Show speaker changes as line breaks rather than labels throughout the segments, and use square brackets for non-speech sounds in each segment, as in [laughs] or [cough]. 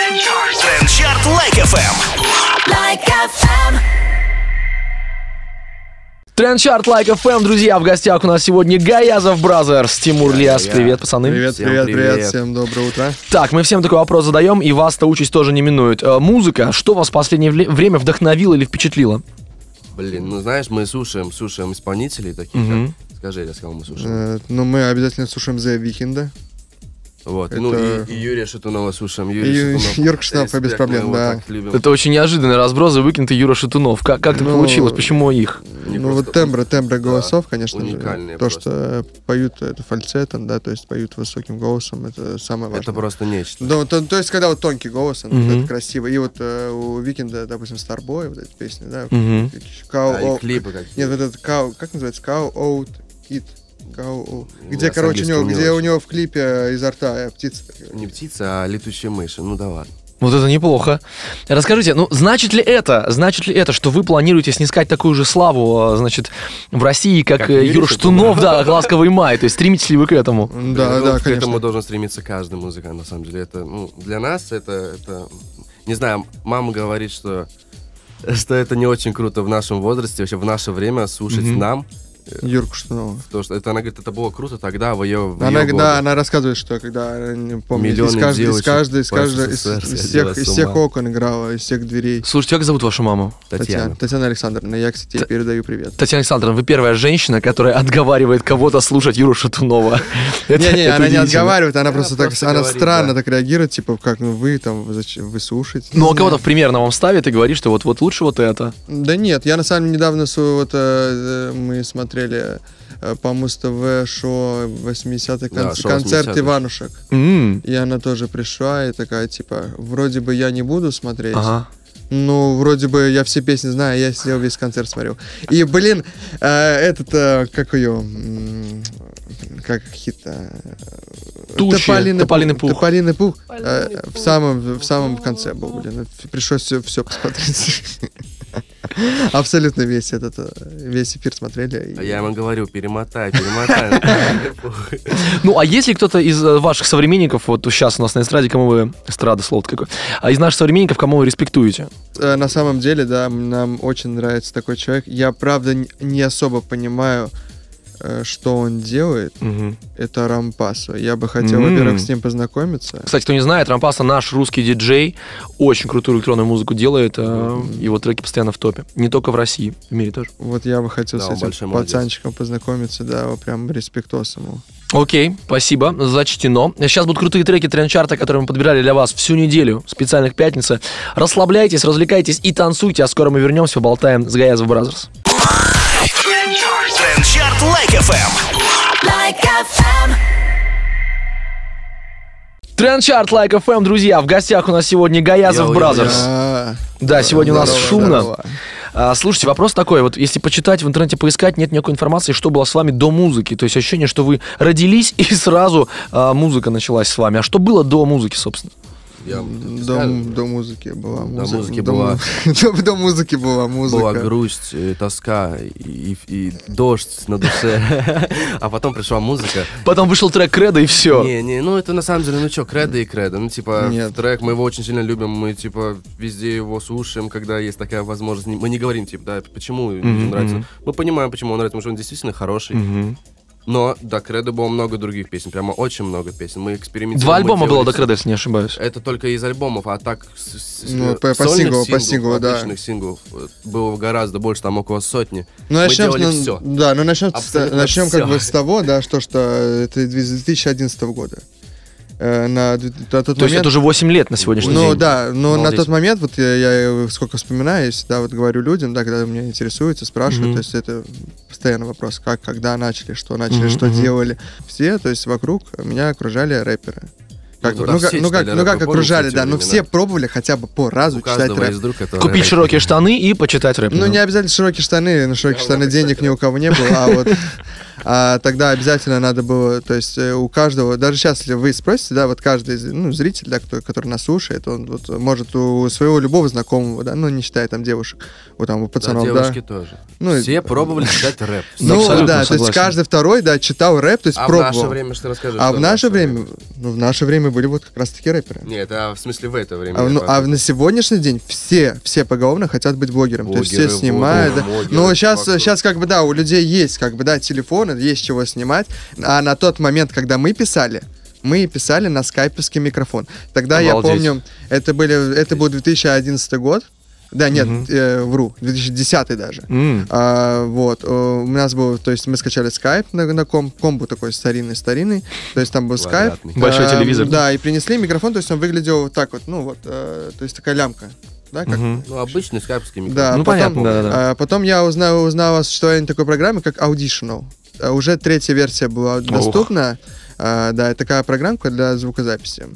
Трендчарт Лайк ФМ.
Like FM.
Трендчарт Лайк ФМ, друзья, в гостях у нас сегодня Гаязов Бразерс, Тимур Лиас, привет, пацаны.
Привет,
Всем
привет, привет,
привет.
всем доброе утро.
Так, мы всем такой вопрос задаем, и вас-то участь тоже не минует. Э, Музыка, что вас в последнее вле- время вдохновило или впечатлило?
Блин, ну знаешь, мы слушаем, слушаем исполнителей таких.
Мгм.
как- Скажи, Ильяс, кого мы слушаем?
Э, Ну, мы обязательно слушаем The Weeknd.
Вот. Ну
это-
и, и Юрия Шатунова слушаем.
И
Юрий
Ю- [laughs]
Шатунов.
Юрка Шатунова
Респект,
без проблем,
мы его
да.
так любим.
Это очень неожиданный разброс, выкинутый Юра Шатунов. Как, как так
Ну,
получилось, почему их?
Они
Ну, вот
просто-
тембры, тембры голосов, конечно же.
уникальные
То, что поют это фальцетом, да, то есть поют высоким голосом, это самое важное.
[laughs] Это просто нечто.
Да, вот, то, то есть, когда вот тонкий голос, он
Мгм.
это красиво. И вот э, у Викинда, допустим, Старбой, вот эта песня, да.
Мгм.
Cow-
Да, и
Oat-
клипы какие.
Нет, вот этот Cow, как называется? Cow Out It. Cow Oat.
Ну,
Где,
я с
короче, у него,
английским не
где у
очень.
него в клипе э, изо рта э, птица.
Не птица, а летучие мыши. Ну да ладно.
Вот это неплохо. Расскажите, ну, значит ли это, значит ли это, что вы планируете снискать такую же славу, э, значит, в России, как,
Как
э,
Юрий
Юра
Шатунов?
Шатунов, да, как ласковый май, то есть стремитесь ли вы к этому?
Я
Да,
думаю,
да,
Ну, К этому
конечно.
должен стремиться каждый музыкант, на самом деле. Это, ну, для нас это, это... Не знаю, мама говорит, что, что это не очень круто в нашем возрасте, вообще в наше время слушать
Мгм.
нам.
Юрку Шатунову.
Потому что это, она говорит, это было круто тогда, в ее, в
Она,
её годы.
да, она рассказывает, что когда, э, не помню,
Миллионы
из каждой, из
девочек
каждой, из
по
каждой, из,
СССР
из
сходила
всех,
с
из всех
ума.
окон играла, из всех дверей.
Слушайте, как зовут вашу маму?
Татьяна.
Татьяна Александровна, я, кстати, ей
Та-
передаю
[laughs]
привет.
Татьяна Александровна, вы первая женщина, которая отговаривает кого-то слушать Юру
[laughs]
Шатунова. Это-
Не, не,
это
она не
удивительно.
отговаривает, она, просто так,
просто
она
говорит,
странно
да.
так реагирует, типа, как, ну вы там, вы зачем, вы слушаете?
Ну, а кого-то в примерно вам ставит и говорит, что вот, вот лучше вот это.
Да нет, я на самом деле недавно с- вот э, э, мы смотрели э, по Муз ТВ шоу 80-х,
Да,
конц-
шоу
концерт
80-х.
Иванушек.
М,
И она тоже пришла и такая, типа, вроде бы я не буду смотреть,
Ага.
Ну, вроде бы я все песни знаю, я сидел весь концерт смотрел. И, блин, э, этот, э, как ее, как хит, э,
Тучи, Тополиный пух.
Тополиный пух, э, в самом, в самом конце был, блин, пришлось все, все посмотреть. [laughs] Абсолютно весь этот, э, весь эфир смотрели.
А
и-
я ему говорю, перемотай, перемотай.
Ну, а если кто-то из э, ваших современников, вот сейчас у нас на эстраде, кому вы... Эстрада, слово какое. А из наших современников, кому вы респектуете?
Э, На самом деле, да, нам очень нравится такой человек. Я, правда, н- не особо понимаю, э, что он делает, это Рампасу. Я бы хотел,
М.
во-первых, с ним познакомиться.
Кстати, кто не знает, Рампаса наш русский диджей, очень крутую электронную музыку делает, э, его треки постоянно в топе. Не только в России, в мире тоже.
Вот я бы хотел
Да,
с
он большой
этим
молодец.
пацанчиком познакомиться, да, вот прям респектос ему.
Окей, спасибо, зачтено. Сейчас будут крутые треки трендчарта, которые мы подбирали для вас всю неделю, специальных пятница. Расслабляйтесь, развлекайтесь и танцуйте, а скоро мы вернемся, поболтаем с Гаязов Бразерс.
Трендчарт Лайк ФМ.
Like FM.
Трендчарт Лайк ФМ, друзья, в гостях у нас сегодня Гаязов
Йоу, йоу,
Бразерс.
А,
Да, сегодня у нас
здорово,
шумно.
здорово.
А, Слушайте, вопрос такой, вот если почитать в интернете, поискать, нет никакой информации, что было с вами до музыки, то есть ощущение, что вы родились [laughs] и сразу а, музыка началась с вами. А что было до музыки, собственно?
Я вам
До,
скажу,
м- до музыки была музыка.
музыки
до,
была-
му- [laughs] до- до музыки была музыка.
Была грусть, э, тоска и, и дождь на душе. [laughs] А потом пришла музыка.
Потом вышел трек Кредо и все.
Не, не, ну это на самом деле, ну что, кредо и кредо. Ну, типа,
Нет.
трек мы его очень сильно любим, мы, типа, везде его слушаем, когда есть такая возможность. Не- Мы не говорим, типа, да, почему людям нравится. Мы понимаем, почему он нравится, потому что он действительно хороший. Но до кредо было много других песен, прямо очень много песен. Мы экспериментировали.
Два
мы
альбома было
делали
до
с-
Кредо, если не ошибаюсь.
Это только из альбомов, а так с- с-
Ну, по- по
сольных
синглу, по синглу, да.
обычных синглов э, было гораздо больше, там около сотни.
Ну,
мы
начнем,
делали
с-
все.
Да, ну начнем, с-
Абсолютно
начнем
всё.
как бы с того, да, что, что это из 2011 года. Э, На, две- на тот
То есть
момент-
это уже 8 лет на сегодняшний
ну
день.
да, но
Молодец.
на тот момент, вот я, я сколько вспоминаю, я всегда вот говорю людям, да, когда меня интересуются, спрашивают,
Мгм.
то есть это постоянный вопрос, как, когда начали, что начали,
Мгм,
что
мгм.
делали. Все, то есть вокруг меня окружали рэперы. Как,
Ну
бы,
да,
ну, как,
все
ну как,
читали
ну
рэп,
как
я помню
окружали,
эти
да, но
времена.
все пробовали хотя бы по разу
У
читать
каждого
рэп.
из друг это
Купить
рэп.
широкие штаны и почитать рэп.
Ну, не обязательно широкие штаны, на широкие штаны денег ни у кого не было, а вот А тогда обязательно надо было, то есть э, у каждого, даже сейчас, если вы спросите, да, вот каждый из, ну, зритель, да, кто, который нас слушает, он вот может у своего любого знакомого, да, ну, не считая там девушек, вот там у пацанов, да.
девушки тоже.
Ну, и-
Все пробовали читать
Да,
рэп.
[laughs] Ну,
абсолютно
да, то
согласен.
есть каждый второй, да, читал рэп, то есть
А в
пробовал.
наше время что расскажешь?
а
что
в наше время, ну, в наше время были вот как раз-таки рэперы.
Нет, а в смысле в это время.
А, ну,
я
а
подумал.
на сегодняшний день все, все поголовно хотят быть блогером. то есть
Блогеры,
все снимают. да.
блогеры,
Но
это
сейчас,
факт.
сейчас как бы, да, у людей есть как бы, да, телефоны, есть чего снимать. А на тот момент, когда мы писали, мы писали на скайповский микрофон. Тогда
Обалдеть.
я помню, это, были, это был 2011 год. Да, нет, э, вру, 2010 даже.
М.
А, вот, э, у нас был, то есть мы скачали скайп на, на комп, комбу такой старинный-старинный, то есть там был скайп.
Квадратный.
Большой
Эм,
телевизор.
Да, и принесли микрофон, то есть он выглядел вот так вот, ну вот, э, то есть такая лямка, да, как...
Ну, обычный скайпский микрофон.
Да,
Ну, понятно, да-да-да.
а, потом я узнал, узнал о существовании такой программы, как Auditional. А, Уже третья версия была доступна. А, да, это такая программка для звукозаписи.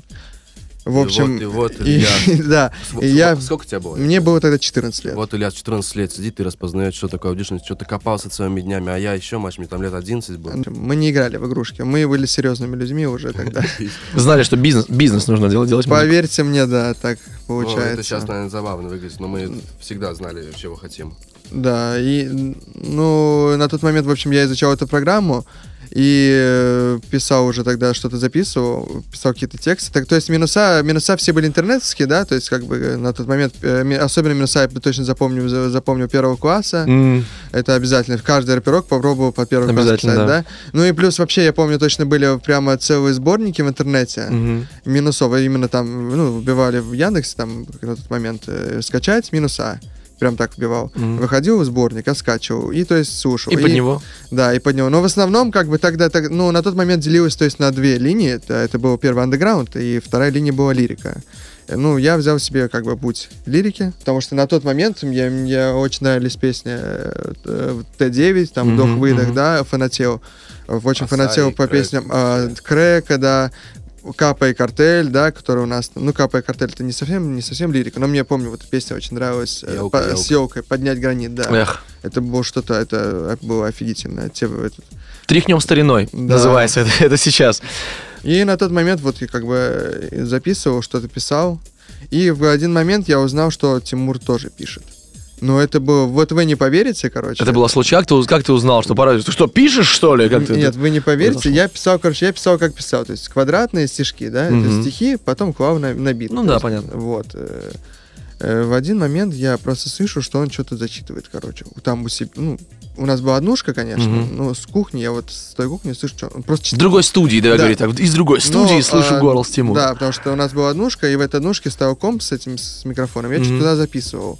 В
И
общем,
вот, и вот,
и-
Илья.
[laughs] да,
Ск-
и я,
Сколько тебе было?
мне было тогда 14 лет.
Вот Илья с 14 лет сидит и распознает, что такое аудишн, что ты копался целыми днями, а я еще, Маш, мне там лет 11 был.
Мы не играли в игрушки, мы были серьезными людьми уже тогда.
[laughs] Знали, что бизнес, бизнес нужно делать, делать музыку.
Поверьте мне, да, так
Ну,
получается.
это сейчас, наверное, забавно выглядит, но мы всегда знали, чего хотим.
Да, и, н- ну, на тот момент, в общем, я изучал эту программу и э, писал уже тогда что-то записывал, писал какие-то тексты. Так, то есть минуса, минуса все были интернетские, да, то есть как бы э, на тот момент, э, ми- особенно минуса я точно запомнил, за- запомнил первого класса,
М.
это обязательно. В Каждый рэперок попробовал по первому классу
Обязательно,
писать,
да.
да. Ну и плюс вообще, я помню, точно были прямо целые сборники в интернете
Мгм.
минусов, а именно там, ну, вбивали в Яндексе, там, как на тот момент, э, скачать минуса, прям так вбивал. Выходил в сборник, я скачивал, и, то есть, слушал.
И под него.
Да, и под него. Но в основном, как бы, тогда, так- ну, на тот момент делилось, то есть, на две линии, это, это был первый андеграунд, и вторая линия была лирика. Э, Ну, я взял себе, как бы, путь лирики, потому что на тот момент мне, мне очень нравились песни э, э, Т9, там,
Мгм,
«Вдох-выдох»,
мгм.
да, «Фанател». Э, Очень
Ассаи,
фанател по
Крэк.
песням э, Крэка, да, Капа и картель, да, который у нас, ну Капа и картель это не совсем, не совсем лирика, но мне помню, вот песня очень нравилась э,
Ёлка,
по- с елкой Э, поднять гранит, да.
Эх. те-
Это было что-то, это было офигительно. Те- это-
Тряхнем стариной,
Да.
называется это, это сейчас.
И на тот момент вот я как бы э, записывал, что-то писал, и в один момент я узнал, что Тимур тоже пишет. Но это было, вот вы не поверите, короче.
Это было случай, как ты, уз- как ты узнал, что пора? Ты что, пишешь, что ли? Как ты,
Нет,
ты-
вы не поверите,
произошло?
я писал, короче, я писал, как писал. То есть квадратные стишки, да,
Мгм.
это стихи, потом клав на, на бит.
Ну
То
да,
есть,
понятно.
Вот. э, э, В один момент я просто слышу, что он что-то зачитывает, короче. У- Там у себя, ну, у нас была однушка, конечно,
Мгм.
но с кухни, я вот с той кухни слышу, что он просто
С
читает.
другой студии, давай
Да.
говорить так. Из другой студии
Но,
слышу
а,
голос Тимура.
Да, потому что у нас была однушка, и в этой однушке стоял комп с этим с микрофоном. Я
Мгм.
что-то туда записывал.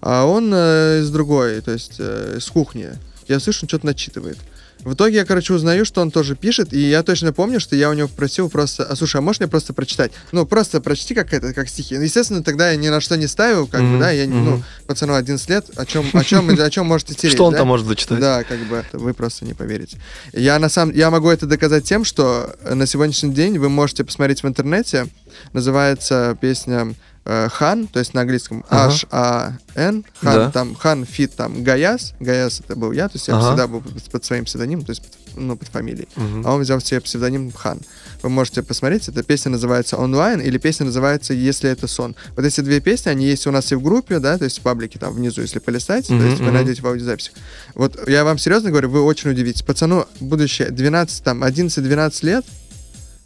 А он э, из другой, то есть э, с кухни. Я слышу, он что-то начитывает. В итоге я, короче, узнаю, что он тоже пишет, и я точно помню, что я у него просил просто, а слушай, а можешь мне просто прочитать? Ну, просто прочти как это, как стихи. Ну, Естественно, тогда я ни на что не ставил, как
Мгм,
бы, да, я, не-
мгм.
ну, пацану 11 лет, о чем, о чем, о
[laughs]
чем можете терять,
Что он
да?
там может зачитать?
Да, как бы это вы просто не поверите. Я на самом, я могу это доказать тем, что на сегодняшний день вы можете посмотреть в интернете. Называется песня э, Хан, то есть на английском
Ага.
H A N. Хан
Да.
там Хан Фит там Гаяс. Гаяс это был я, то есть я
Ага.
всегда был под, под своим псевдонимом, то есть под, ну под фамилией.
Мгм.
А он взял себе псевдоним Хан. Вы можете посмотреть, эта песня называется «Онлайн» или песня называется «Если это сон». Вот эти две песни, они есть у нас и в группе, да, то есть в паблике там внизу, если полистать, то
Мгм,
есть вы
мгм.
найдете в аудиозаписях. Вот я вам серьезно говорю, вы очень удивитесь. Пацану будущее 12, там, 11-12 лет,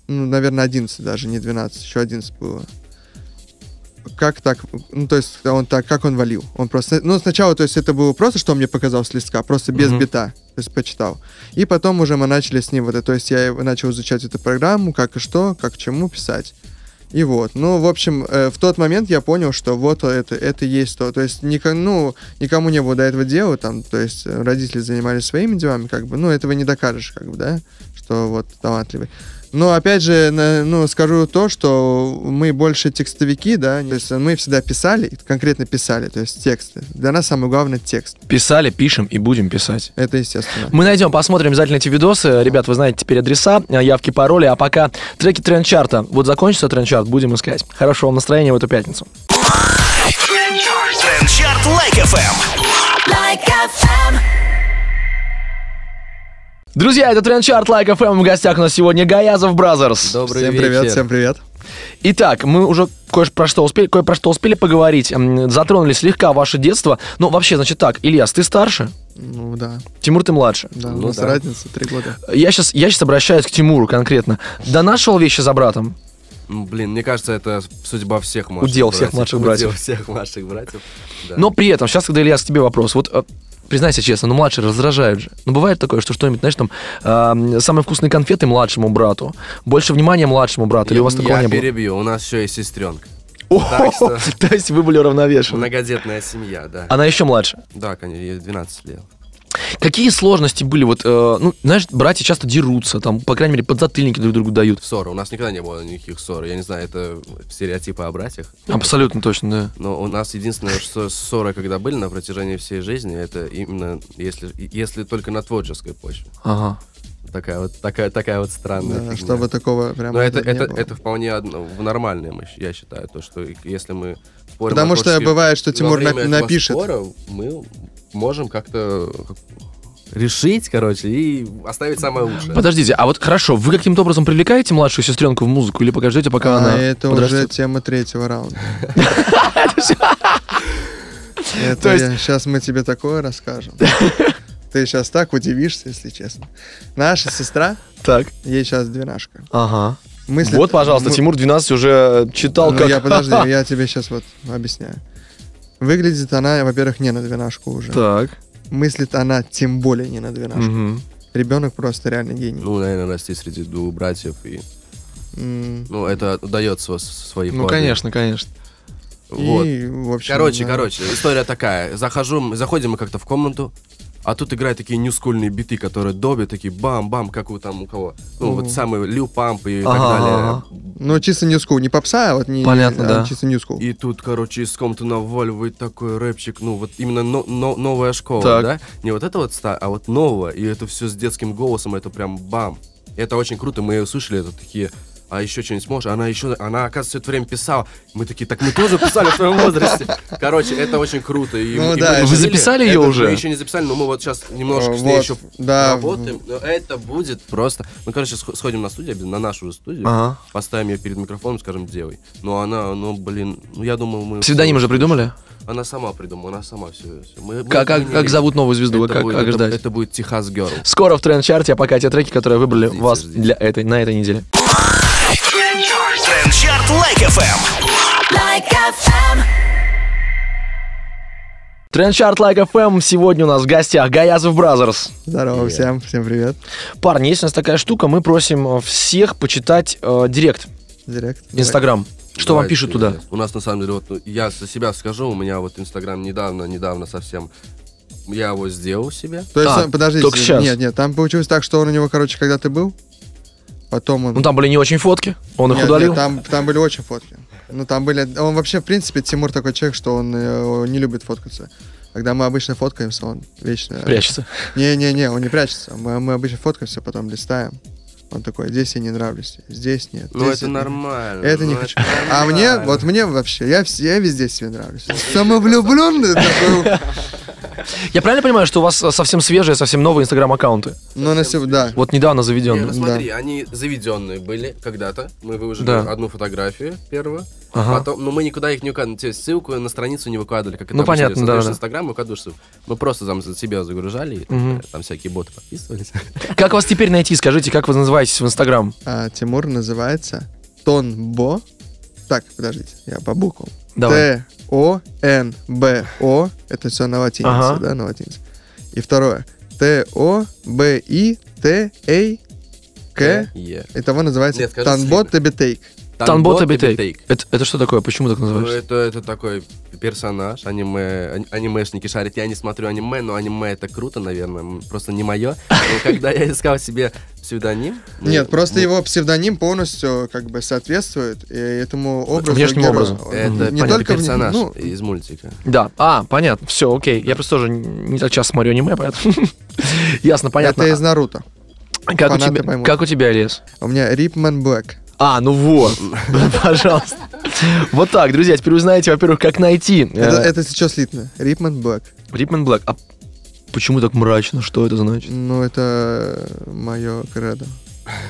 ну, наверное, 11 даже, не 12, еще 11 было. Как так, ну, то есть он так, как он валил? Он просто, ну, сначала, то есть это было просто, что он мне показал с листка, просто без
Мгм.
бита, то есть почитал. И потом уже мы начали с ним вот это, то есть я его начал изучать эту программу, как и что, как к чему писать. И вот, ну, в общем, э, в тот момент я понял, что вот это, это и есть то. То есть, нико- ну, никому не было до этого дела, там, то есть, э, родители занимались своими делами, как бы, ну, этого не докажешь, как бы, да, что вот талантливый. Но, опять же, на- ну, скажу то, что мы больше текстовики, да, то есть мы всегда писали, конкретно писали, то есть тексты. Для нас самое главное текст,
Писали, пишем и будем писать.
это естественно.
Мы найдем, посмотрим обязательно эти видосы. Ребят, вы знаете теперь адреса, э, явки, пароли. А пока треки тренд-чарта. Вот закончится тренд-чарт, будем искать. Хорошего вам настроения в эту пятницу.
Трендчарт Лайк FM.
like FM.
Друзья, это Тренд Чарт Лайк ФМ. В гостях у нас сегодня Гаязов Бразерс.
Добрый
всем
вечер.
привет, всем привет.
Итак, мы уже кое про что успели, кое про что успели поговорить. М, Затронули слегка ваше детство. Ну, вообще, значит так, Ильяс, ты старше,
Ну да,
Тимур, ты младше.
да,
Ну
у нас
да.
разница три года.
Я сейчас, я сейчас обращаюсь к Тимуру конкретно. Донашивал вещи за братом?
Ну, Блин, мне кажется, это судьба всех младших
Удел всех младших братьев.
Удел всех младших братьев. Да.
Но при этом, сейчас, когда Ильяс, к тебе вопрос, вот э, признайся честно, ну младшие раздражают же. Ну бывает такое, что что-нибудь, знаешь, там э, самые вкусные конфеты младшему брату, больше внимания младшему брату, или у вас такого
Я
не было?
перебью, у нас еще и сестренка.
О,
Так что-
[laughs] То есть вы были уравновешены.
Многодетная семья, да.
Она еще младше.
Да, конечно, ей 12 лет.
Какие сложности были? Вот, э, ну, знаешь, братья часто дерутся, там, по крайней мере, подзатыльники друг другу дают.
Ссоры. У нас никогда не было никаких ссор. Я не знаю, это стереотипы о братьях.
Абсолютно точно, да.
Но у нас единственное, что ссоры, когда были на протяжении всей жизни, это именно если, если только на творческой почве.
Ага.
Такая вот, такая, такая вот странная.
Да,
фигня.
чтобы такого прям.
Но это,
А не
это,
было.
это вполне одно, в нормальное, мы щ- я считаю, то, что и- если мы спорим...
Потому
о
что
творческих-
бывает, что
во
Тимур
время
на-
этого
напишет.
спора мы можем как-то решить, короче, и оставить самое лучшее.
Подождите, а вот хорошо, вы каким-то образом привлекаете младшую сестренку в музыку или пока ждете, пока
А,
она
это уже
подрастет?
тема третьего
[laughs]
раунда. Это
То есть-
Сейчас мы тебе такое расскажем. Ты сейчас так удивишься, если честно. Наша сестра,
Так,
ей сейчас двенашка.
ага.
Мыслит-
Вот, пожалуйста,
мы-
Тимур 12 уже читал,
Ну,
как...
я, подожди,
[laughs]
я тебе сейчас вот объясняю. Выглядит она, во-первых, не на двенашку уже.
Так.
Мыслит она тем более не на двенашку.
мгм.
Ребенок просто реально гений.
Ну, наверное, расти среди двух братьев. И,
М,
ну, это дается в своей
Ну,
форме.
конечно, конечно.
Вот.
И, в общем,
Короче,
да.
короче, история такая. Захожу, мы- заходим мы как-то в комнату, а тут играют такие ньюскульные биты, которые добят, такие бам-бам, как у там у кого. Ну, вот самые Лил Памп и так
Ага,
далее.
ага.
Ну, чисто new school, не попса, а вот не...
Понятно,
а
да.
Чисто new school.
И тут, короче, из комнаты наваливает такой рэпчик, ну вот именно но- но- новая школа,
Так.
да? Не вот это вот, ста- а вот новая, и это все с детским голосом, это прям бам. Это очень круто, мы ее услышали, это такие, а еще что-нибудь сможешь? Она еще, она, оказывается, все это время писала. Мы такие, так мы тоже писали в твоем возрасте. Короче, это очень круто. и-
Ну
и
да,
мы
это-
решили-
Вы записали ее
это
уже?
Мы еще не записали, но мы вот сейчас немножко с ней
Вот,
еще
да.
работаем. Но это будет просто... Мы, короче, сх- сходим на студию, обязательно, на нашу же студию,
Ага.
поставим ее перед микрофоном, скажем, девой. Но она, ну, блин, ну, я думал, мы...
Псевдоним уже придумали?
Она сама придумала, она сама все.
Как, как, как зовут новую звезду?
это
как,
будет,
как
это,
ждать?
это будет Техас Герл.
Скоро в тренд-чарте, а пока те треки, которые выбрали
Ждите,
вас
ждите.
для этой, на этой неделе.
Тренд Чарт Лайк ФМ.
like FM,
Тренд-чарт Лайк ФМ. Сегодня у нас в гостях Гаязов Бразерс.
Здорово всем, всем привет.
Парни, есть у нас такая штука, мы просим э, всех почитать э, директ,
Директ.
Инстаграм. Что вам
Давайте,
пишут туда?
У нас на самом деле, вот ну, я за себя скажу, у меня вот Инстаграм недавно, недавно совсем. Я его сделал себе.
То есть,
А,
он- подождите,
только щас.
нет, нет, там получилось так, что он у него, короче, когда ты был, потом он...
Ну, там были не очень фотки, он их
Нет,
удалил.
нет, там, там были очень фотки. Ну, там были... Он вообще, в принципе, Тимур такой человек, что он э, не любит фоткаться. Когда мы обычно фоткаемся, он вечно...
Прячется.
Не-не-не, он не прячется. Мы, мы обычно фоткаемся, потом листаем. Он такой, здесь я не нравлюсь, здесь нет.
Ну,
здесь
это
я-
нормально.
Это не
ну,
хочу. А мне,
нормально.
вот мне вообще, я, вс- я везде себе нравлюсь. Самовлюбленный такой.
Я правильно понимаю, что у вас э, совсем свежие, совсем новые инстаграм-аккаунты?
Но Ну, на сегодня, да.
Вот недавно
Не, ну
заведенные.
смотри, они заведенные были когда-то. Мы выложили
Да.
одну фотографию первую.
Ага.
Потом, но мы никуда их не указывали. То есть Ссылку на страницу не выкладывали, как это
Ну,
обычно
понятно,
делается. Смотришь
да, да.
Инстаграм, выкладываешь ссылку. Мы просто там за себя загружали, и э, там всякие боты подписывались.
Как вас теперь найти? Скажите, как вы называетесь в инстаграм?
А, Тимур называется Тонбо. Так, подождите, я по буквам.
Давай.
Т-О-Н-Б-О. Это все на латинице,
Ага.
да, на латинице. И второе. Т-О-Б-И-Т-Эй-К.
[laughs] Е.
Итого называется
Нет, скажи
Танбо
слитно.
Тебетейк.
Танбот
Танбот и
Эбитейк.
Битейк.
Это, это что такое? Почему так
Ну,
называешь?
это, это такой персонаж, аниме, ани- анимешники шарят. Я не смотрю аниме, но аниме это круто, наверное, м, просто не мое.
[laughs]
Но когда я искал себе псевдоним... ну,
Нет, просто
ну,
его псевдоним полностью как бы соответствует э, этому образу.
Внешнему
героя.
образу.
Он
Это
не
понятно,
только вне-
персонаж
ну,
из мультика.
Да. А, понятно. Все, окей. Я просто тоже не так часто смотрю аниме, поэтому... [laughs] Ясно, понятно.
Это из Наруто.
А как, у
фанаты
тебя,
поймут.
как у тебя, Лес?
У меня Рипман Блэк.
А, ну вот. [laughs] Пожалуйста. Вот так, друзья. Теперь вы знаете, во-первых, как найти
Это,
э,
это сейчас слитно. Рипман Блэк.
Рипман Блэк. А Почему так мрачно? Что это [laughs] значит?
Ну, это мое кредо.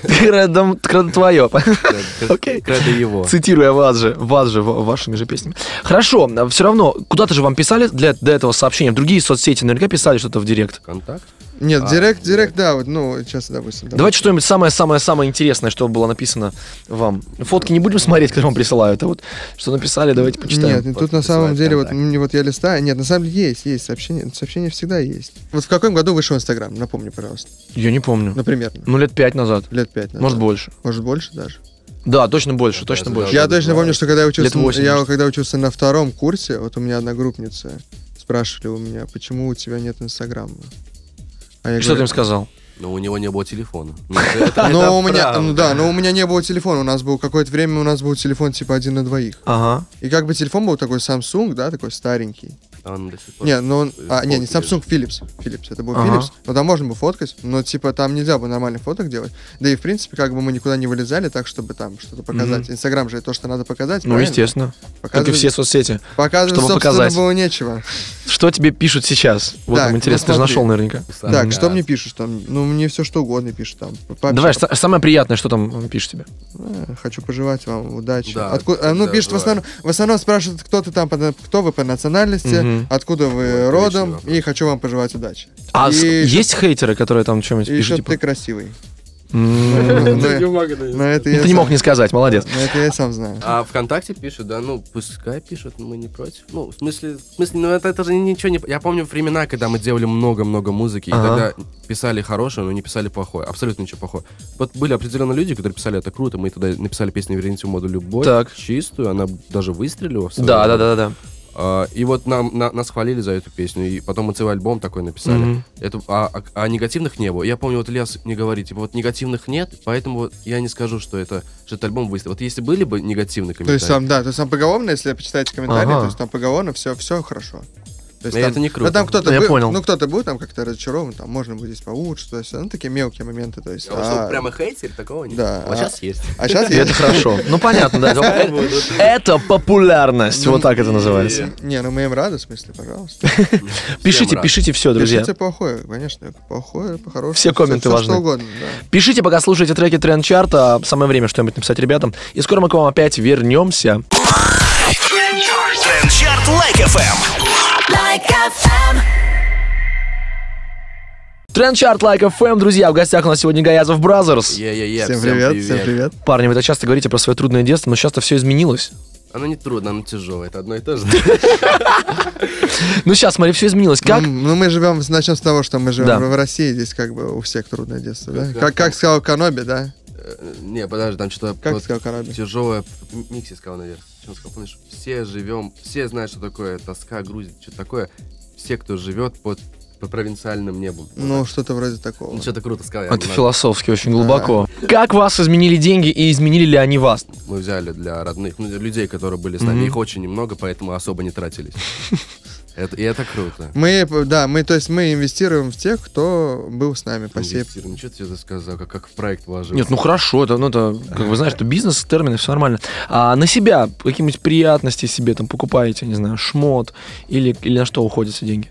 Кредо кредо твое. [laughs] Окей.
Кредо его.
Цитируя вас же, вас же, ва- вашими же песнями. Хорошо, все равно, куда-то же вам писали для, до этого сообщения? В другие соцсети наверняка писали что-то в директ.
Контакт?
Нет,
А,
директ, директ, да, вот, ну, сейчас, допустим. там-
Давайте что-нибудь самое-самое-самое интересное, что было написано вам. Фотки не будем смотреть, которые вам присылают, а вот что написали, давайте почитаем.
Нет, тут на
присылают
самом деле, вот,
ВКонтакте.
мне вот я листаю, нет, на самом деле есть, есть сообщение, сообщение всегда есть. Вот в каком году вышел Инстаграм, напомни, пожалуйста,
Я не помню.
например,
Ну, лет пять назад.
лет пять назад.
Может, больше.
Может, больше даже.
Да, точно больше, точно
да,
больше.
Я
года
точно
два.
помню, что когда я учился,
Лет восемь,
я
может.
когда учился на втором курсе, вот у меня одногруппница спрашивали у меня, почему у тебя нет Инстаграма. А я
Что ты
говорю,
им сказал?
Но у него не было телефона.
[laughs]
Ну, это- это- это
Но у меня,
правда.
ну да, но у меня не было телефона. У нас был какое-то время, у нас был телефон типа один на двоих.
Ага.
И как бы телефон был такой Samsung, да, такой старенький.
А он до сих пор-
Не, ну он, а, не, не
Фотки
Samsung, Philips. Philips, это был
Ага.
Philips. Но там можно было фоткать, но типа там нельзя было нормальных фоток делать. Да и в принципе, как бы мы никуда не вылезали так, чтобы там что-то показать. Инстаграм же то, что надо показать.
Ну,
правильно?
естественно. Как и
Показывать-
все соцсети.
Показывать,
чтобы
собственно,
показать.
было нечего.
Что тебе пишут сейчас? Вот
Так,
нам интересно,
ну,
ты же
смотри.
нашел наверняка.
Самсунг.
Так, что мне пишут там? Ну, мне все что угодно пишут там. Папа,
Давай, са- самое приятное, что там пишет тебе.
э, Хочу пожелать вам удачи.
Да,
Откуда, а, ну,
да,
пишут в
бывает.
основном, в основном спрашивают, кто ты там, по на- кто вы по национальности,
Мгм.
откуда вы
Вот,
родом,
отличный
и хочу вам пожелать удачи.
А
и
с-
ещё-
есть хейтеры, которые там что-нибудь
и еще
пишут?
ты
Типа,
красивый.
«М,
[laughs] Но это
ну,
я
ты не
сам-
мог не сказать, молодец.
но это я и сам знаю.
А ВКонтакте пишут, да, ну, пускай пишут, мы не против. Ну, в смысле, в смысле, ну это, это же ничего не... Я помню времена, когда мы делали много-много музыки,
Ага.
и тогда писали хорошее, но не писали плохое, абсолютно ничего плохого. Вот были определенные люди, которые писали, это круто, мы тогда написали песню «Верните в моду любовь»,
Так.
чистую, она даже выстрелила. в своё
Да, да,
время.
да, да.
А, и вот нам, на- нас хвалили за эту песню, и потом мы целый альбом такой написали.
Мгм.
Это, а, а- а негативных не было. Я помню, вот Ильяс не говорит, типа, вот негативных нет, поэтому вот я не скажу, что это, что этот альбом выстрел. Вот если были бы негативные
То
комментарии...
есть там, да, то есть там поголовно, если почитаете комментарии,
Ага.
то есть там поголовно все, все хорошо. То есть
Но это не
ну,
круто.
там кто-то
Ну, я
был-
понял.
Ну, кто-то был там как-то разочарован, там можно будет здесь получше, то есть, ну, такие мелкие моменты, то есть.
А вот что,
а,
прямо хейтер такого нет?
Да.
Вот сейчас есть.
А сейчас
И это хорошо. Ну, понятно, да. Это- Это популярность, вот так это называется.
Не, ну мы им рады, в смысле,
[laughs]
пожалуйста.
Пишите,
рад.
пишите все, друзья.
Пишите плохое, конечно, плохое, по-хорошему.
Все комменты
всё- всё
важны.
Что угодно, да.
Пишите, пока слушаете треки тренд-чарта. Самое время что-нибудь написать ребятам. И скоро мы к вам опять вернемся.
Трендчарт Лайк ФМ.
like FM,
Тренд-чарт Like FM, друзья. В гостях у нас сегодня Гаязов Бразерс.
Е-е-е,
Всем привет, всем привет.
Парни, вы так часто говорите про свое трудное детство, но сейчас-то все изменилось.
Оно не трудно, оно тяжелое, это одно
[laughs]
и то же.
Ну сейчас, смотри, все изменилось. Как?
Ну, ну, мы живем, начнем с того, что мы живем
Да.
в России, здесь как бы у всех трудное детство, да?
Как-
Как, как сказал Каноби, да?
Э, Не, подожди, там что-то...
Как
вот
сказал Каноби?
Тяжелое... М- Микси сказал, наверное. Чем сказал, помнишь? Все живем, все знают, что такое тоска, грусть, что такое. Все, кто живет под по провинциальным небом. Вот
Ну,
так.
что-то вроде такого.
Ну, что-то круто сказал. я
Это
не знаю.
философски очень глубоко. Как вас изменили деньги и изменили ли они вас?
Мы взяли для родных, ну, для людей, которые были с нами. Их очень немного, поэтому особо
[laughs]
не тратились. Это- И это круто.
Мы, да, мы, то есть мы инвестируем в тех, кто был с нами по сей
Инвестируем. Что ты это сказал? Как, как в проект вложил?
Нет, ну хорошо, это, ну это, как бы знаешь, это бизнес, термины, все нормально. А на себя какие-нибудь приятности себе там покупаете, не знаю, шмот или, или на что уходят деньги?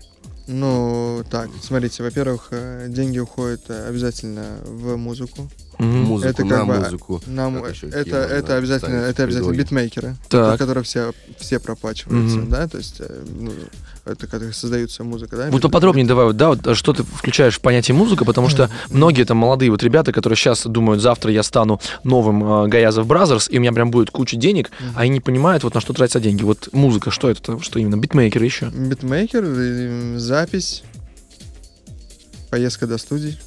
Ну, так, смотрите, во-первых, э, деньги уходят э, обязательно в музыку.
Мгм.
музыку,
ну, это
на
как бы
музыку.
Нам
Как
э,
еще
это,
кино,
это
да,
обязательно,
ставить
это обязательно
предлоги.
битмейкеры,
Так.
под которые все, все пропачиваются,
Мгм.
да, то есть э, ну, это которые создаются музыка, да?
Вот
бит-
поподробнее давай, вот, да, вот а что ты включаешь в понятие музыка, потому что многие там молодые вот ребята, которые сейчас думают, завтра я стану новым э, Гаязов Бразерс, и у меня прям будет куча денег, а они не понимают, вот на что тратятся деньги. Вот музыка, что это, что именно, битмейкеры еще.
Битмейкер, э, запись, поездка до студий.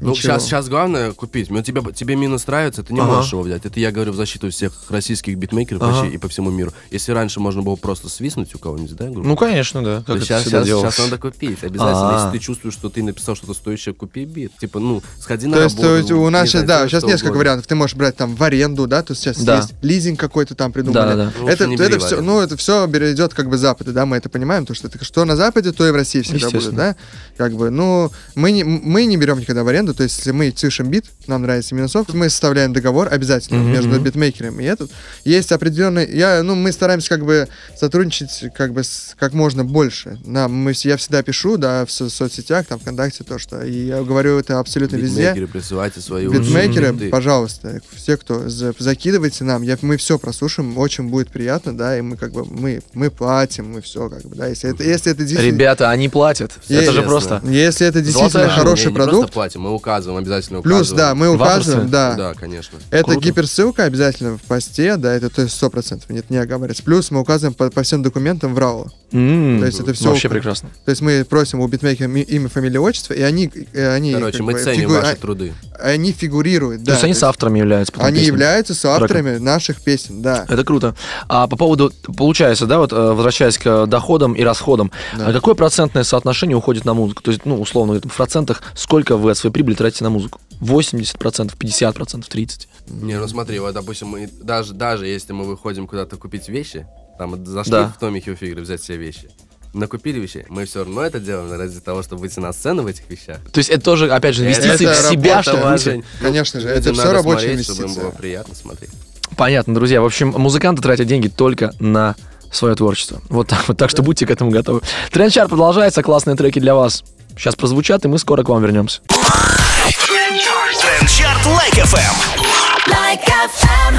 Ну,
Ничего.
сейчас, сейчас главное купить. Ну, тебе, тебе минус нравится, ты не
Ага.
можешь его взять. Это я говорю в защиту всех российских битмейкеров
Ага.
вообще и по всему миру. Если раньше можно было просто свистнуть у кого-нибудь, да, группу,
Ну, конечно, да.
то
Как это
сейчас,
всегда
сейчас,
делалось.
сейчас надо купить. Обязательно,
А.
если ты чувствуешь, что ты написал что-то стоящее, купи бит. Типа, ну, сходи на
То есть
работу.
э, у,
не
нас сейчас,
знаю,
да,
делай
сейчас
что
несколько
угодно.
вариантов. Ты можешь брать там в аренду, да, то есть сейчас
Да.
есть лизинг какой-то там придумали.
Да-да-да.
Лучше
Это,
не
это
бери в
все,
аренду.
ну, это все берет как бы с Запада, да, мы это понимаем, то что это что на Западе, то и в России всегда будет,
Естественно.
да. Как бы, ну, мы не, мы не берем никогда в аренду, команду, то есть если мы слышим бит, нам нравится минусов, мы составляем договор обязательно между битмейкером и этот. Есть определенный, я, ну, мы стараемся как бы сотрудничать как бы с- как можно больше. Нам, мы, с- я всегда пишу, да, в со- соцсетях, там, ВКонтакте, то, что, и я говорю это абсолютно везде.
Битмейкеры, присылайте свои
Битмейкеры,
ужины.
пожалуйста, все, кто за- закидывайте нам, я, мы все прослушаем, очень будет приятно, да, и мы как бы мы мы платим, мы все как бы, да, если это если это действительно,
Ребята, они платят.
Я-
Это же
Ясно.
просто.
если это действительно
Золотая
хороший
Не, не просто
продукт,
платим, мы указываем, обязательно указываем.
плюс да, мы
В
указываем,
авторстве?
да,
Да, конечно.
это
Круто.
гиперссылка обязательно в посте, да, это то есть сто процентов, нет, не оговаривается. Плюс мы указываем по, по всем документам в РАО,
М,
То есть это всё
Вообще
укры-
прекрасно.
то есть мы просим у битмейкера ми- имя, фамилия, отчество, и они э, они
Короче,
как
мы
бы
ценим
фигу-
ваши
а-
труды.
они фигурируют,
То
да,
есть они
то есть
соавторами являются. потом
они
песни.
являются соавторами наших песен, да.
Это круто. А по поводу, получается, да, вот э, возвращаясь к э, доходам и расходам, а какое процентное соотношение уходит на музыку? То есть, ну, условно, говоря, в процентах сколько вы от своей прибыли тратите на музыку? 80%, 50%, 30%?
Не, ну смотри, вот, допустим, мы даже, даже если мы выходим куда-то купить вещи, там вот зашли
Да.
в Томихе у Фигера взять себе вещи, накупили вещи, мы все равно это делаем ради того, чтобы выйти на сцену в этих вещах.
То есть это тоже, опять же, инвестиции
Это
в себя,
работа,
что
Вася.
выйти.
Жень,
Конечно же, это
людям
всё
надо
рабочая
смотреть, Чтобы
инвестиция.
им было приятно смотреть.
Понятно, друзья. В общем, музыканты тратят деньги только на свое творчество. Вот так вот. Так что будьте к этому готовы. Трендчар продолжается. Классные треки для вас. Сейчас прозвучат, и мы скоро к вам вернемся.
Трендчарт Лайк ФМ.
like FM,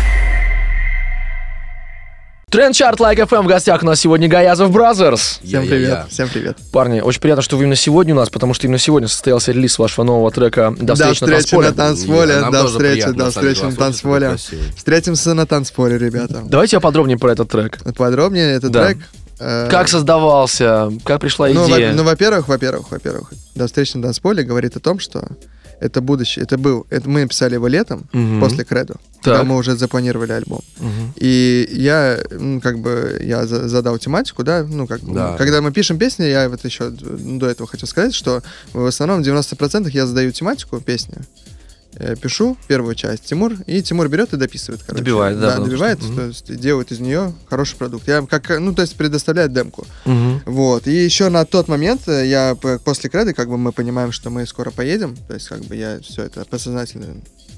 Трендчарт Лайк FM в гостях у нас сегодня Гаязов Бразерс.
Всем
Я-я-я.
привет, всем привет.
Парни, очень приятно, что вы именно сегодня у нас, потому что именно сегодня состоялся релиз вашего нового трека «До встречи на танцполе».
на танцполе,
Нет, нам
до
тоже
встречи,
приятно,
до
на самом деле,
встречи на
вас слушать, вы
танцполе.
красивые.
Встретимся на танцполе, ребята.
Давайте я подробнее про этот трек.
Вот Подробнее этот
Да.
трек. э,
Как создавался, как пришла
ну, во-
идея?
ну, во-первых, во-первых, во-первых, до встречи на танцполе говорит о том, что это будущее, это был, это мы писали его летом
Мгм.
после Кредо, когда мы уже запланировали альбом. И я, м, как бы, я за- задал тематику, да, ну, как бы,
Да.
когда мы пишем песни, я вот еще д- до этого хотел сказать, что в основном в 90% я задаю тематику песни, э, пишу первую часть Тимур, и Тимур берет и дописывает, короче.
Добивает, да, потому
добивает,
что-
то есть делает из нее хороший продукт. Я как, ну, то есть предоставляет демку.
Мгм.
Вот. И еще на тот момент э, я п- после креды, как бы мы понимаем, что мы скоро поедем. То есть, как бы я все это подсознательно,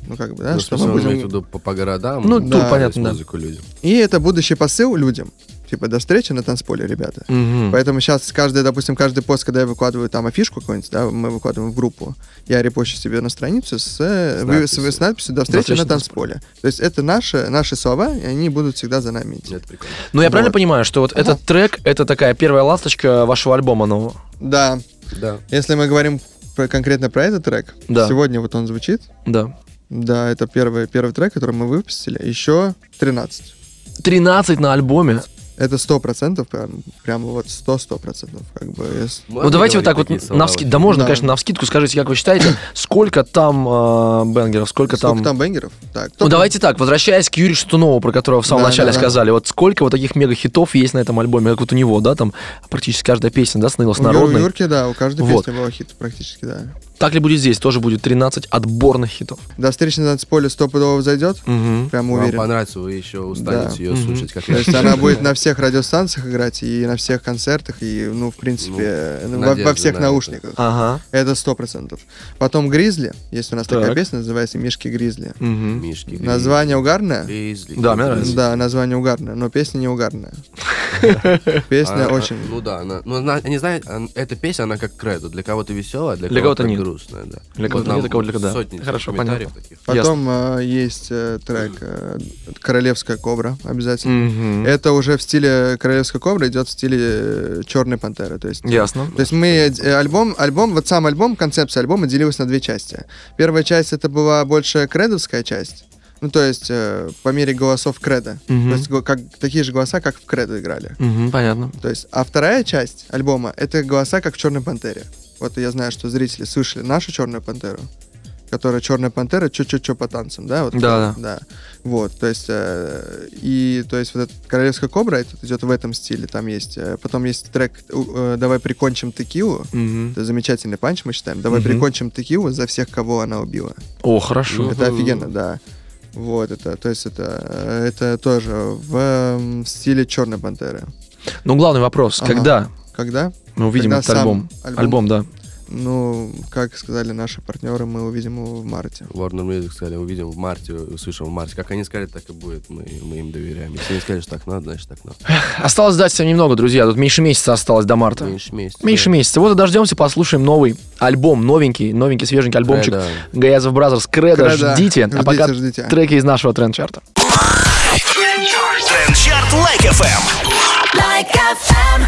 ну как бы, да,
Ну,
что
собственно,
мы будем.
имею в виду по, по городам.
Ну,
да,
тут
понятно, да.
музыку людям.
И это будущий посыл людям. Типа до встречи на танцполе, ребята.
Мгм.
Поэтому сейчас каждый, допустим, каждый пост, когда я выкладываю там афишку какую-нибудь, да, мы выкладываем в группу, я репощу себе на страницу с, э, вы- с,
надписью.
с надписью «До встречи на танцполе». То есть это наши, наши слова, и они будут всегда за нами идти.
Это прикольно.
Ну, я правильно
вот. Ну.
понимаю, что вот этот трек — это такая первая ласточка вашего альбома нового?
Да,
Да.
если мы говорим про- конкретно про этот трек,
Да.
сегодня вот он звучит,
Да.
Да, это первый, первый трек, который мы выпустили. Еще 13.
13 на альбоме.
Это 100%, прям, прям вот 100-100%. Как бы, если-
Можно
Вот Ну, давайте вот
говорить
так вот
Ну, такие слова
навски...
вообще?
Да можно,
Да.
конечно, навскидку. Скажите, как вы считаете, сколько там э, бенгеров, сколько
Сколько
там...
там бенгеров? Так,
Ну
топ-
давайте так, возвращаясь к Юрию Шатунову, про которого в самом
Да,
начале
да, да.
сказали, вот сколько вот таких мега-хитов есть на этом альбоме, как вот у него, да, там практически каждая песня, да, становилась
У Юры- у
народной.
Юрки, да, у каждой
Вот.
песни был хит практически, да.
Так ли будет здесь? Тоже будет 13 отборных хитов.
До встречи на танцполе стопудово зайдет, прям
Вам
уверен.
понравится, вы еще устанете ее слушать, как
То есть она будет на всех радиостанциях играть и на всех концертах, и, ну, в принципе,
Ну,
ну, во- во,
надежда
всех
на это.
наушниках.
Ага.
Это сто процентов. Потом Гризли, есть у нас такая
Так.
песня, называется Мишки Гризли.
[laughs] Мишки.
Название угарное.
Гризли.
Да, мне нравится.
Да, название угарное, но песня не угарная. Песня
А, а,
очень...
Ну да, она, ну, она- не знаю, он- эта песня, она как кредо. Для кого-то веселая, для,
Для
кого-то,
кого-то нет.
грустная, да. Ну,
Для кого-то
там
нет, для кого-то да.
Сотни
Хорошо,
комментариев
понятно.
таких.
Потом э, есть э, трек э, «Королевская кобра» обязательно. Это уже в стиле «Королевская кобра» идет в стиле «Черной пантеры». То есть,
Ясно.
То есть мы э, альбом, альбом, вот сам альбом, концепция альбома делилась на две части. Первая часть это была больше кредовская часть. Ну, то есть, э, по мере голосов кредо. То есть, го- как, такие же голоса, как в кредо играли.
Мгм, понятно.
То есть, а вторая часть альбома это голоса, как в Черной Пантере. Вот я знаю, что зрители слышали нашу Черную Пантеру, которая Черная Пантера, чё-чё-чё по танцам, да? Вот,
Да-да.
да. Вот, то есть, э, и, то есть, вот эта Королевская Кобра это идет в этом стиле, там есть, э, потом есть трек э, «Давай прикончим текилу»,
Мгм.
это замечательный панч, мы считаем, «Давай прикончим текилу за всех, кого она убила».
О, хорошо.
Это офигенно, да. Вот, это, то есть, это, э, это тоже в, э, в стиле Черной Пантеры.
Ну, главный вопрос,
Ага.
когда
Когда?
мы увидим
Когда
этот
сам
альбом?
альбом?
Альбом, да.
Ну, как сказали наши партнеры, мы увидим его в марте.
Warner Music сказали, увидим в марте, услышим в марте. Как они сказали, так и будет, мы, мы им доверяем. Если они сказали, что так надо, значит так надо.
Осталось ждать совсем немного, друзья. Тут меньше месяца осталось до марта.
Меньше месяца.
Меньше месяца. Вот и дождемся, послушаем новый альбом, новенький, новенький, свеженький альбомчик
Кредо.
Гаязов Бразерс. Кредо,
Кредо.
ждите. А
Ждите,
пока
ждите.
треки из нашего тренд-чарта.
Трендчарт Лайк ФМ.
like FM,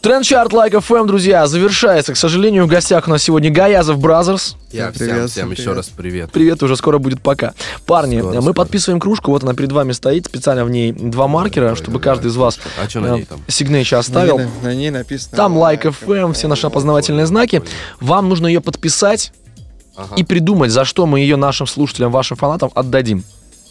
Тренд-чарт Like FM, друзья, завершается. К сожалению, в гостях у нас сегодня Гаязов Бразерс.
Всем
Я всем,
привет,
всем
всем
еще
привет.
раз привет.
Привет, уже скоро будет пока. Парни,
Скоро,
мы
скоро.
подписываем кружку, вот она перед вами стоит, специально в ней два маркера,
ой,
чтобы
ой,
каждый
ой,
из вас
А что на ней там?
сигнейча
На ней
оставил.
на- на ней написано...
Там лайк
«Лайк
FM, все наши опознавательные
понял,
знаки.
понял.
Вам нужно ее подписать
Ага.
и придумать, за что мы ее нашим слушателям, вашим фанатам отдадим.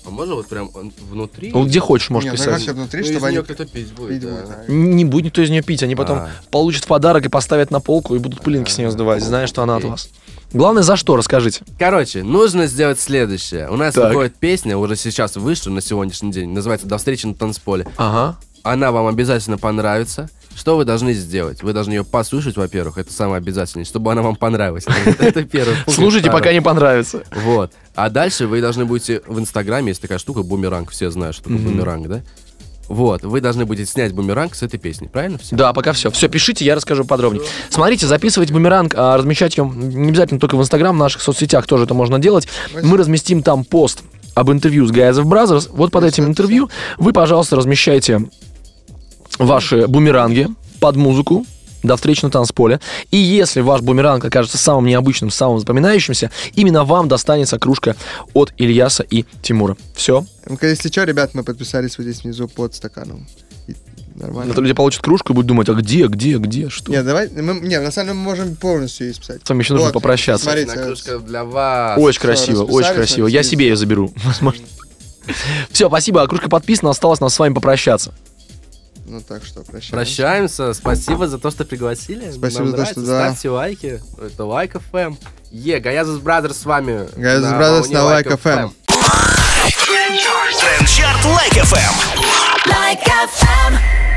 А можно вот прям он внутри?
Вот где хочешь, можешь
Не, ну
писать.
как-то внутри,
Ну, из
чтобы они
неё кто-то пить будет,
пить
да.
будут, да.
Не будет никто из нее пить, они потом
А.
получат в подарок и поставят на полку и будут пылинки с нее сдувать, зная, что она от
Окей.
вас. Главное, за что, расскажите.
Короче, нужно сделать следующее. У нас
Так.
выходит песня, уже сейчас вышла на сегодняшний день, называется «До встречи на танцполе».
Ага.
Она вам обязательно понравится. Что вы должны сделать? Вы должны ее послушать, во-первых, это самое обязательное, чтобы она вам понравилась. Это первый пункт.
Слушайте,
Второй.
пока не понравится.
Вот. А дальше вы должны будете в Инстаграме, есть такая штука, бумеранг, все знают, что такое бумеранг, да? Вот, вы должны будете снять бумеранг с этой песни, правильно все?
Да, пока все. Все, пишите, я расскажу подробнее. Смотрите, записывать бумеранг, а, размещать его не обязательно только в Инстаграм, в наших соцсетях тоже это можно делать. Мы разместим там пост об интервью с Гаязов Бразерс. Вот под этим интервью вы, пожалуйста, размещайте ваши бумеранги под музыку. До встречи на танцполе. И если ваш бумеранг окажется самым необычным, самым запоминающимся, именно вам достанется кружка от Ильяса и Тимура. Все.
Ну-ка, Ну, Если что, ребят, мы подписались вот здесь внизу под стаканом. И Нормально.
Это люди получат кружку и будут думать, а где, где, где, что?
Нет, давай, мы, не, на самом деле мы можем полностью ее исписать.
С вами еще нужно
Вот,
попрощаться.
Смотрите,
Кружка для вас.
Очень красиво, очень
расписались,
красиво. Я
написали.
себе ее заберу. [laughs] Возможно. Все, спасибо. Кружка подписана. Осталось нам с вами попрощаться.
ну так что, прощай.
Прощаемся. Спасибо за то, что пригласили.
Спасибо
Нам
за то, что,
нравится.
да.
Ставьте лайки. Это Лайк ФМ. Е, Гаязус Бразерс с вами.
Гаязус
на
Brothers
волне Эм.
на Лайк Эм. FM.
Трендчарт Лайк ФМ.
like FM.